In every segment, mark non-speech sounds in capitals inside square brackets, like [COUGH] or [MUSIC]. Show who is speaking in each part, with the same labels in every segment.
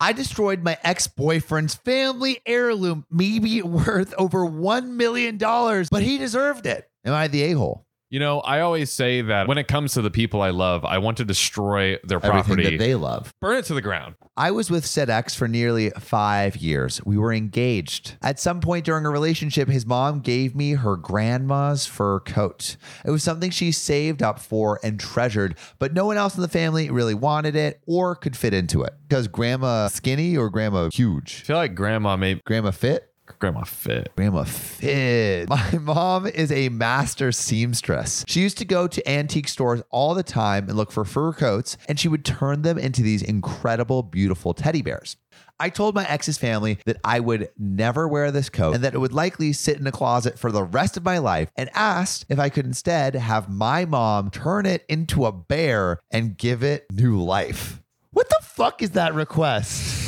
Speaker 1: I destroyed my ex boyfriend's family heirloom, maybe worth over $1 million, but he deserved it. Am I the a hole?
Speaker 2: You know, I always say that when it comes to the people I love, I want to destroy their
Speaker 1: Everything
Speaker 2: property,
Speaker 1: that they love.
Speaker 2: burn it to the ground.
Speaker 1: I was with said ex for nearly five years. We were engaged. At some point during a relationship, his mom gave me her grandma's fur coat. It was something she saved up for and treasured, but no one else in the family really wanted it or could fit into it. Because grandma skinny or grandma
Speaker 2: I
Speaker 1: huge?
Speaker 2: feel like grandma made
Speaker 1: Grandma fit?
Speaker 2: grandma fit.
Speaker 1: Grandma fit. [LAUGHS] My mom is a master seamstress. She used to go to antique stores all the time and look for fur coats, and she would turn them into these incredible, beautiful teddy bears. I told my ex's family that I would never wear this coat and that it would likely sit in a closet for the rest of my life, and asked if I could instead have my mom turn it into a bear and give it new life. What the fuck is that request?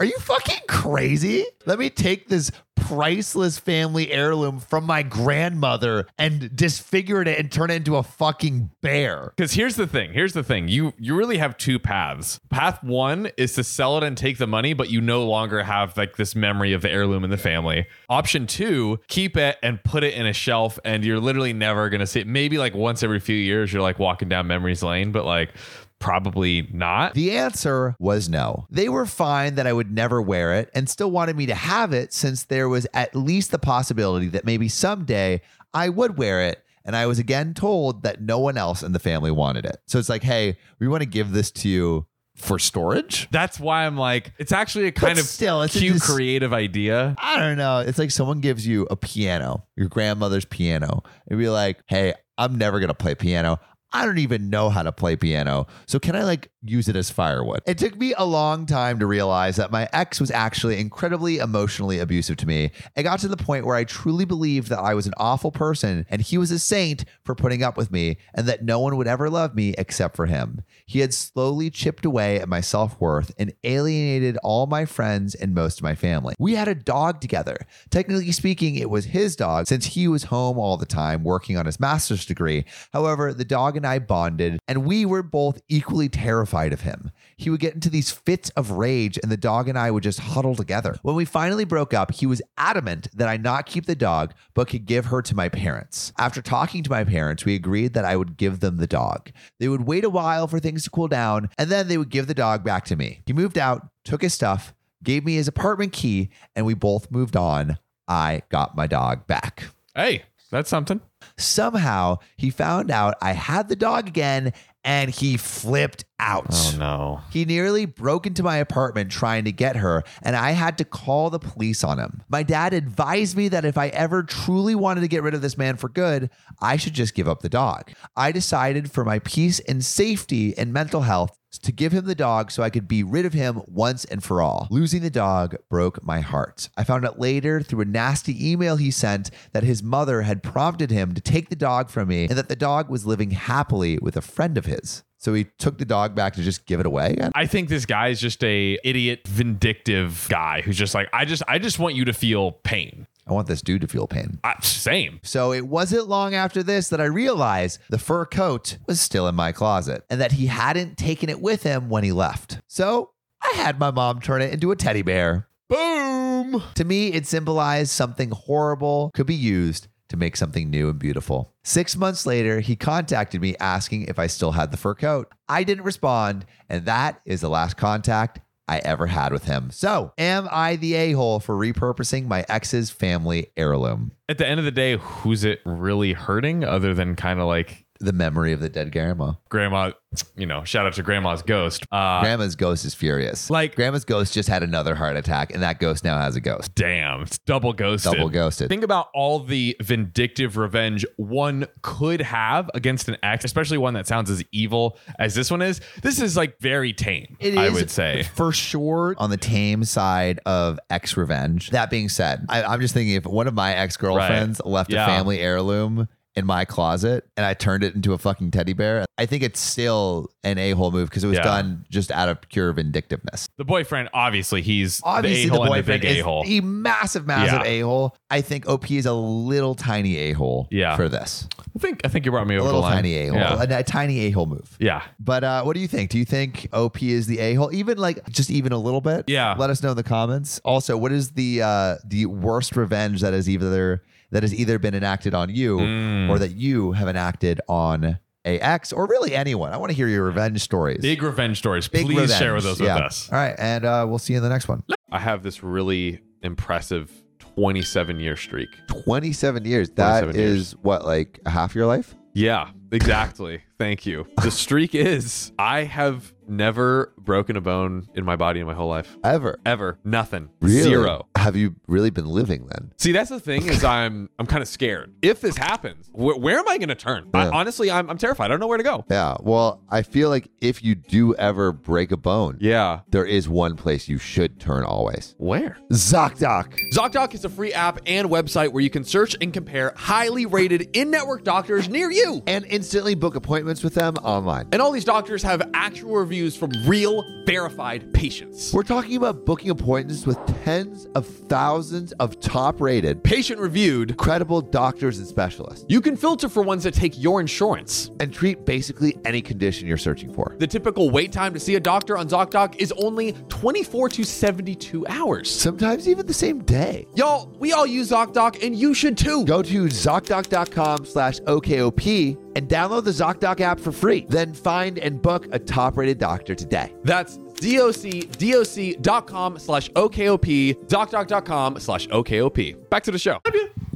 Speaker 1: Are you fucking crazy? Let me take this priceless family heirloom from my grandmother and disfigure it and turn it into a fucking bear.
Speaker 2: Because here's the thing. Here's the thing. You you really have two paths. Path one is to sell it and take the money, but you no longer have like this memory of the heirloom in the family. Option two, keep it and put it in a shelf, and you're literally never gonna see it. Maybe like once every few years, you're like walking down memories lane, but like probably not.
Speaker 1: The answer was no. They were fine that I would never wear it and still wanted me to have it since there was at least the possibility that maybe someday I would wear it. And I was again told that no one else in the family wanted it. So it's like, hey, we want to give this to you for storage.
Speaker 2: That's why I'm like, it's actually a kind
Speaker 1: But
Speaker 2: of
Speaker 1: still, it's a
Speaker 2: cute,
Speaker 1: dis-
Speaker 2: creative idea.
Speaker 1: I don't know. It's like someone gives you a piano, your grandmother's piano, and be like, hey, I'm never going to play piano. I don't even know how to play piano. So can I like use it as firewood? It took me a long time to realize that my ex was actually incredibly emotionally abusive to me. It got to the point where I truly believed that I was an awful person and he was a saint for putting up with me and that no one would ever love me except for him. He had slowly chipped away at my self worth and alienated all my friends and most of my family. We had a dog together. Technically speaking, it was his dog since he was home all the time working on his master's degree. However, the dog and I bonded, and we were both equally terrified of him. He would get into these fits of rage, and the dog and I would just huddle together. When we finally broke up, he was adamant that I not keep the dog, but could give her to my parents. After talking to my parents, we agreed that I would give them the dog. They would wait a while for things to cool down, and then they would give the dog back to me. He moved out, took his stuff, gave me his apartment key, and we both moved on. I got my dog back.
Speaker 2: Hey, that's something.
Speaker 1: Somehow he found out I had the dog again and he flipped out.
Speaker 2: no.
Speaker 1: He nearly broke into my apartment trying to get her, and I had to call the police on him. My dad advised me that if I ever truly wanted to get rid of this man for good, I should just give up the dog. I decided for my peace and safety and mental health to give him the dog so I could be rid of him once and for all. Losing the dog broke my heart. I found out later through a nasty email he sent that his mother had prompted him to take the dog from me and that the dog was living happily with a friend of his. So he took the dog back to just give it away again?
Speaker 2: I think this guy is just a idiot, vindictive guy who's just like, I just, I just want you to feel pain.
Speaker 1: I want this dude to feel pain.
Speaker 2: I, same.
Speaker 1: So it wasn't long after this that I realized the fur coat was still in my closet and that he hadn't taken it with him when he left. So I had my mom turn it into a teddy bear.
Speaker 2: Boom.
Speaker 1: To me, it symbolized something horrible could be used to make something new and beautiful. Six months later, he contacted me asking if I still had the fur coat. I didn't respond, and that is the last contact I ever had with him. So, am I the a hole for repurposing my ex's family heirloom?
Speaker 2: At the end of the day, who's it really hurting other than kind of like
Speaker 1: The memory of the dead grandma.
Speaker 2: grandma, you know, shout out to grandma's ghost. Uh,
Speaker 1: Grandma's ghost is furious.
Speaker 2: Like-
Speaker 1: grandma's ghost just had another heart attack, and that ghost now has a ghost.
Speaker 2: damn, it's double ghosted.
Speaker 1: Double ghosted.
Speaker 2: Think about all the vindictive revenge one could have against an ex, especially one that sounds as evil as this one is. This is like very tame,
Speaker 1: It
Speaker 2: I
Speaker 1: is
Speaker 2: would say.
Speaker 1: for sure [LAUGHS] on the tame side of ex revenge. That being said, I, I'm just thinking if one of my ex girlfriends left
Speaker 2: Yeah.
Speaker 1: a family heirloom in my closet and I turned it into a fucking teddy bear. I think it's still an a hole move because it was
Speaker 2: Yeah.
Speaker 1: done just out of pure vindictiveness.
Speaker 2: The boyfriend, obviously, he's
Speaker 1: Obviously, the e-
Speaker 2: the a-hole and the
Speaker 1: boyfriend
Speaker 2: big
Speaker 1: is
Speaker 2: a-hole.
Speaker 1: a massive, massive
Speaker 2: Yeah.
Speaker 1: a hole. I think OP is a little tiny a hole
Speaker 2: Yeah.
Speaker 1: for this.
Speaker 2: I think I think you brought me
Speaker 1: A
Speaker 2: over
Speaker 1: little
Speaker 2: the line.
Speaker 1: tiny a hole.
Speaker 2: Yeah.
Speaker 1: A, a tiny a hole move.
Speaker 2: yeah.
Speaker 1: But uh, what do you think? Do you think OP is the a hole? Even like just even a little bit?
Speaker 2: Yeah.
Speaker 1: Let us know in the comments. Also, what is the uh, the worst revenge that has either that has either been enacted on you
Speaker 2: Mm.
Speaker 1: or that you have enacted on AX or really anyone? I want to hear your revenge stories.
Speaker 2: Big revenge stories.
Speaker 1: Big
Speaker 2: Please share
Speaker 1: revenge.
Speaker 2: with us with
Speaker 1: Yeah.
Speaker 2: us.
Speaker 1: All right, and uh, we'll see you in the next one.
Speaker 2: I have this really impressive 27 year streak.
Speaker 1: 27 years. That is
Speaker 2: 27 years.
Speaker 1: what, like half your life?
Speaker 2: Yeah, exactly. Thank you. The streak is I have never broken a bone in my body in my whole life.
Speaker 1: Ever.
Speaker 2: Ever. Nothing.
Speaker 1: Really?
Speaker 2: Zero.
Speaker 1: Have you really been living then?
Speaker 2: See, that's the thing is I'm I'm kind of scared. If this happens, wh- where am I going to turn? I,
Speaker 1: Yeah.
Speaker 2: honestly, I'm, I'm terrified. I don't know where to go.
Speaker 1: Yeah. Well, I feel like if you do ever break a bone,
Speaker 2: Yeah.
Speaker 1: there is one place you should turn always.
Speaker 2: Where?
Speaker 1: ZocDoc.
Speaker 2: ZocDoc is a free app and website where you can search and compare highly rated in-network doctors near you.
Speaker 1: And instantly book appointments with them online.
Speaker 2: And all these doctors have actual reviews from real verified patients.
Speaker 1: We're talking about booking appointments with tens of thousands of top rated,
Speaker 2: patient reviewed,
Speaker 1: credible doctors and specialists
Speaker 2: you can filter for ones that take your insurance.
Speaker 1: and treat basically any condition you're searching for.
Speaker 2: The typical wait time to see a doctor on ZocDoc is only 24 to 72 hours.
Speaker 1: Sometimes even the same day.
Speaker 2: Y'all, we all use ZocDoc and you should too.
Speaker 1: Go to ZocDoc.com slash OKOP and download the ZocDoc app for free. Then find and book a top rated doctor today.
Speaker 2: That's docdoc.com slash OKOP, docdoc.com slash OKOP. Back to the show.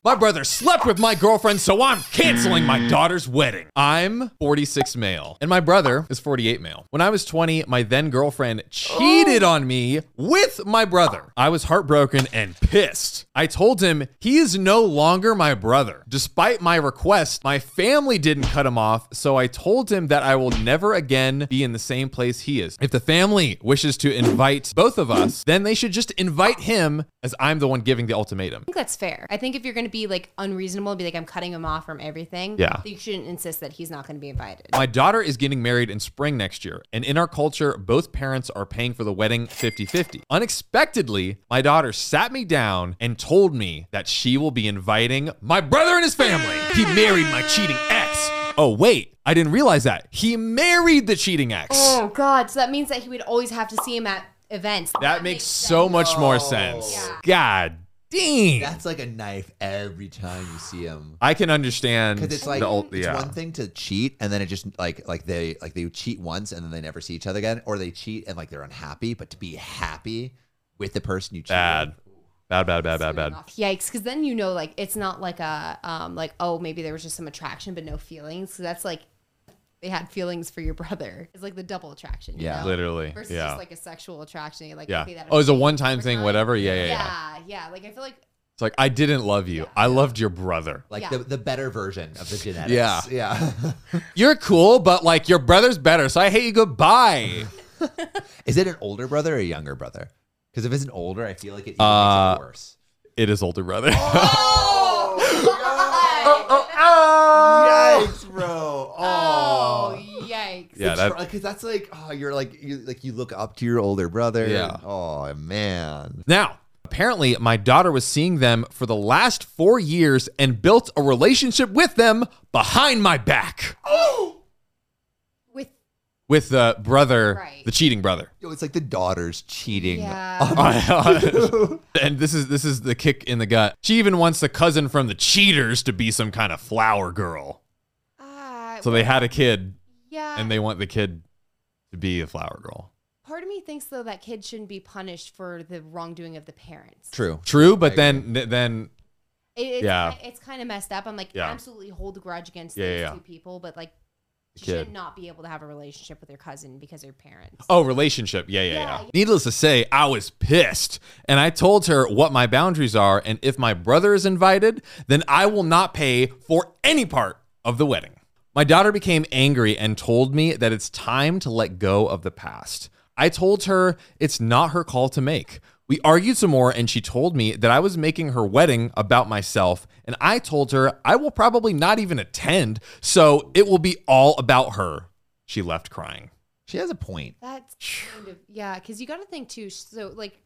Speaker 2: My brother slept with my girlfriend, so I'm canceling my daughter's wedding. I'm 46 male, and my brother is 48 male. When I was 20, my then girlfriend cheated on me with my brother. I was heartbroken and pissed. I told him he is no longer my brother. Despite my request, my family didn't cut him off, so I told him that I will never again be in the same place he is. If the family wishes to invite both of us, then they should just invite him, as I'm the one giving the ultimatum.
Speaker 3: think that's fair. I think if you're going to be like unreasonable and be like, I'm cutting him off from everything,
Speaker 2: Yeah.
Speaker 3: you shouldn't insist that he's not going to be invited.
Speaker 2: My daughter is getting married in spring next year, and in our culture, both parents are paying for the wedding 50 50. Unexpectedly, my daughter sat me down and told me that she will be inviting my brother and his family. He married my cheating ex. Oh, wait, I didn't realize that. He married the cheating ex.
Speaker 3: Oh, God. So that means that he would always have to see him at events.
Speaker 2: That makes so much more sense.
Speaker 3: Yeah.
Speaker 2: God dang.
Speaker 1: That's like a knife every time you see him.
Speaker 2: I can understand.
Speaker 1: Because it's like
Speaker 2: the ult-
Speaker 1: it's
Speaker 2: yeah.
Speaker 1: one thing to cheat and then it just like like they like they cheat once and then they never see each other again, or they cheat and like they're unhappy, but to be happy with the person you cheated.
Speaker 2: Bad. Bad, bad, bad, bad, bad.
Speaker 3: Yikes! Because then you know, like, it's not like a, um, like, oh, maybe there was just some attraction but no feelings. So that's like, they had feelings for your brother. It's like the double attraction. you
Speaker 1: Yeah.
Speaker 3: know?
Speaker 2: Literally.
Speaker 3: Versus
Speaker 2: Yeah.
Speaker 3: just like a sexual attraction. You're Like,
Speaker 2: yeah.
Speaker 3: okay, that
Speaker 2: Oh, it's a one time thing, whatever. yeah, yeah. yeah.
Speaker 3: yeah, yeah. Like, I feel like [LAUGHS]
Speaker 2: It's like I didn't love you. I loved your brother.
Speaker 1: Like
Speaker 3: Yeah.
Speaker 1: the, the better version of the genetics.
Speaker 2: Yeah.
Speaker 1: Yeah. [LAUGHS]
Speaker 2: You're cool, but like your brother's better, so I hate you goodbye.
Speaker 1: Is it an older brother or a younger brother? Because if it's an older, I feel like it even
Speaker 2: Uh,
Speaker 1: makes it worse.
Speaker 2: it is older brother. [LAUGHS]
Speaker 1: Oh, Yikes, bro!
Speaker 3: Oh, yikes.
Speaker 2: Yeah, that-
Speaker 1: because that's like, oh, you're like, you like you look up to your older brother.
Speaker 2: Yeah.
Speaker 1: Oh
Speaker 3: [GASPS]
Speaker 1: man.
Speaker 2: now, apparently my daughter was seeing them for the last 4 years and built a relationship with them behind my back
Speaker 3: With
Speaker 2: with the brother,
Speaker 3: Right.
Speaker 2: the cheating brother. [LAUGHS]
Speaker 1: Yo, it's like the daughters cheating.
Speaker 3: yeah.
Speaker 2: and this is this is the kick in the gut. She even wants the cousin from the cheaters to be some kind of flower girl.
Speaker 3: Ah,
Speaker 2: So they had a kid
Speaker 3: yeah.
Speaker 2: and they want the kid to be a flower girl.
Speaker 3: Part of me thinks though that kids shouldn't be punished for the wrongdoing of the
Speaker 1: [LAUGHS]
Speaker 3: parents.
Speaker 1: True.
Speaker 2: True, but then then
Speaker 3: It, it's,
Speaker 2: Yeah.
Speaker 3: ki- it's kind of messed up. I'm like,
Speaker 2: Yeah.
Speaker 3: absolutely hold a grudge against
Speaker 2: Yeah,
Speaker 3: those
Speaker 2: yeah, yeah.
Speaker 3: two people, but like, you
Speaker 2: Kid.
Speaker 3: should not be able to have a relationship with your cousin because they're parents.
Speaker 2: oh, relationship. Yeah, yeah, yeah,
Speaker 3: Yeah, yeah.
Speaker 2: Needless to say, I was pissed. And I told her what my boundaries are and if my brother is invited, then I will not pay for any part of the wedding. My daughter became angry and told me that it's time to let go of the past. I told her it's not her call to make. We argued some more, and she told me that I was making her wedding about myself. And I told her I will probably not even attend, so it will be all about her. She left crying.
Speaker 1: She has a point.
Speaker 3: That's kind of yeah, because you got to think too. So like,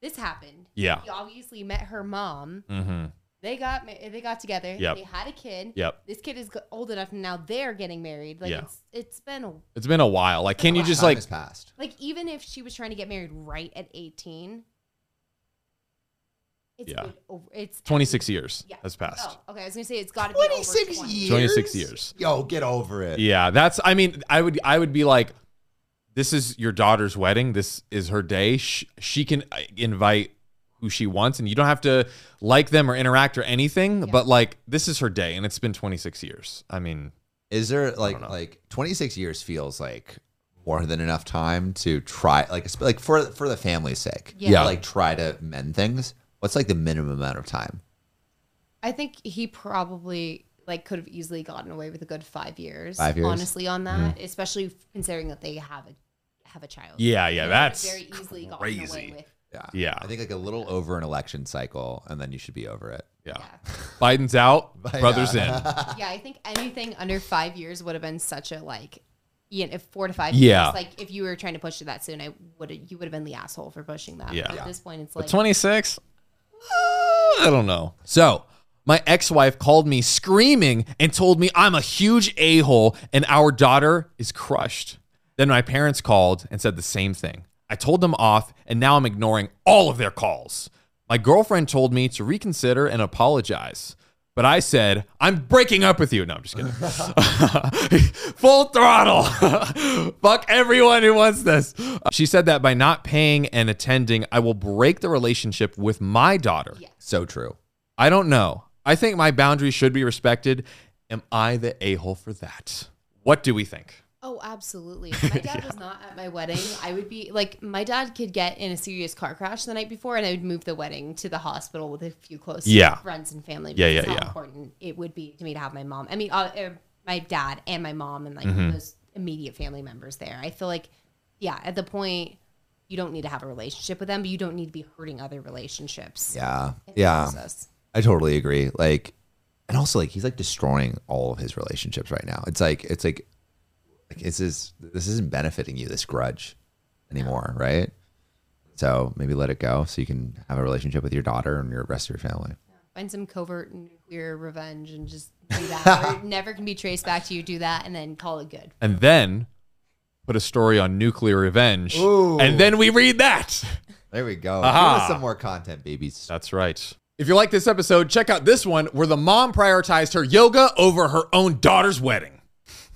Speaker 3: this happened.
Speaker 2: Yeah.
Speaker 3: He obviously met her mom.
Speaker 2: Mm-hmm.
Speaker 3: They got ma- they got together.
Speaker 2: Yep.
Speaker 3: They had a kid.
Speaker 2: Yep.
Speaker 3: This kid is g- old enough now. They're getting married. Like
Speaker 2: Yeah.
Speaker 3: it's it's been a-
Speaker 2: It's been a while. Like, can you just
Speaker 1: Time
Speaker 2: like
Speaker 1: has passed.
Speaker 3: like even if she was trying to get married right at eighteen, it's
Speaker 2: Yeah.
Speaker 3: been over, it's
Speaker 2: 26 years
Speaker 3: Yeah.
Speaker 2: has passed?
Speaker 3: Oh, okay. I was gonna say it's got to be over
Speaker 1: 26
Speaker 3: 20.
Speaker 1: years.
Speaker 2: 26 years.
Speaker 1: Yo, get over it.
Speaker 2: Yeah, that's. I mean, I would. I would be like, this is your daughter's wedding. This is her day. She, she can uh, invite who she wants, and you don't have to like them or interact or anything. But like, this is her day, and it's been 26 years. I mean,
Speaker 1: Is there like
Speaker 2: don't know.
Speaker 1: like 26 years feels like more than enough time to try like it's- like for for the family's sake.
Speaker 3: Yeah.
Speaker 1: Like try to mend things. What's like the minimum amount of time?
Speaker 3: I think he probably like could have easily gotten away with a good five years.
Speaker 1: Five years?
Speaker 3: honestly, on that, especially considering that they have a have a child.
Speaker 2: Mm-hmm. yeah, yeah,
Speaker 3: They could have
Speaker 2: that's
Speaker 3: very easily gotten away
Speaker 2: crazy.
Speaker 3: with.
Speaker 1: Yeah.
Speaker 2: Yeah.
Speaker 1: I think like a little over an election cycle and then you should be over it.
Speaker 2: Yeah.
Speaker 3: Yeah.
Speaker 2: Biden's out, brothers [LAUGHS] in.
Speaker 3: yeah, I think anything under five years would have been such a like, Ian, if four to five
Speaker 2: Yeah.
Speaker 3: years, like if you were trying to push it that soon, I would you would have been the asshole for pushing that.
Speaker 2: Yeah.
Speaker 3: But
Speaker 2: Yeah.
Speaker 3: At this point, it's
Speaker 2: But
Speaker 3: like
Speaker 2: 26? Uh, I don't know. So, my ex wife called me screaming and told me I'm a huge a hole and our daughter is crushed. Then my parents called and said the same thing. I told them off and now I'm ignoring all of their calls. My girlfriend told me to reconsider and apologize. But I said, I'm breaking up with you. No, I'm just kidding. [LAUGHS] Full throttle. [LAUGHS] Fuck everyone who wants this. Uh, She said that by not paying and attending, I will break the relationship with my daughter.
Speaker 3: Yeah.
Speaker 1: So true.
Speaker 2: I don't know. I think my boundaries should be respected. Am I the a hole for that? What do we think?
Speaker 3: Oh,
Speaker 2: [LAUGHS]
Speaker 3: absolutely. If my dad was not at my wedding, I would be like, my dad could get in a serious car crash the night before, and I would move the wedding to the hospital with a few close
Speaker 2: Yeah.
Speaker 3: friends and family.
Speaker 2: Yeah,
Speaker 3: because
Speaker 2: yeah,
Speaker 3: how
Speaker 2: yeah.
Speaker 3: important it would be to me to have my mom. I mean, uh, uh, my dad and my mom and like
Speaker 2: Mm-hmm.
Speaker 3: those immediate family members there. I feel like, yeah, at the point, you don't need to have a relationship with them, but you don't need to be hurting other relationships.
Speaker 1: Yeah.
Speaker 3: in the
Speaker 1: Yeah.
Speaker 3: process.
Speaker 1: I totally agree. Like, and also like he's like destroying all of his relationships right now. It's like it's like, like this is this isn't benefiting you this grudge anymore, right? So maybe let it go so you can have a relationship with your daughter and your rest of your family.
Speaker 3: Find some covert nuclear revenge and just
Speaker 2: [LAUGHS]
Speaker 3: do that. or it never can be traced back to you. Do that and then call it good.
Speaker 2: And then put a story on nuclear revenge.
Speaker 1: Ooh.
Speaker 2: And then we read that.
Speaker 1: There we go.
Speaker 2: Aha.
Speaker 1: Give us some more content, babies.
Speaker 2: That's right. If you like this episode, check out this one where the mom prioritized her yoga over her own daughter's wedding.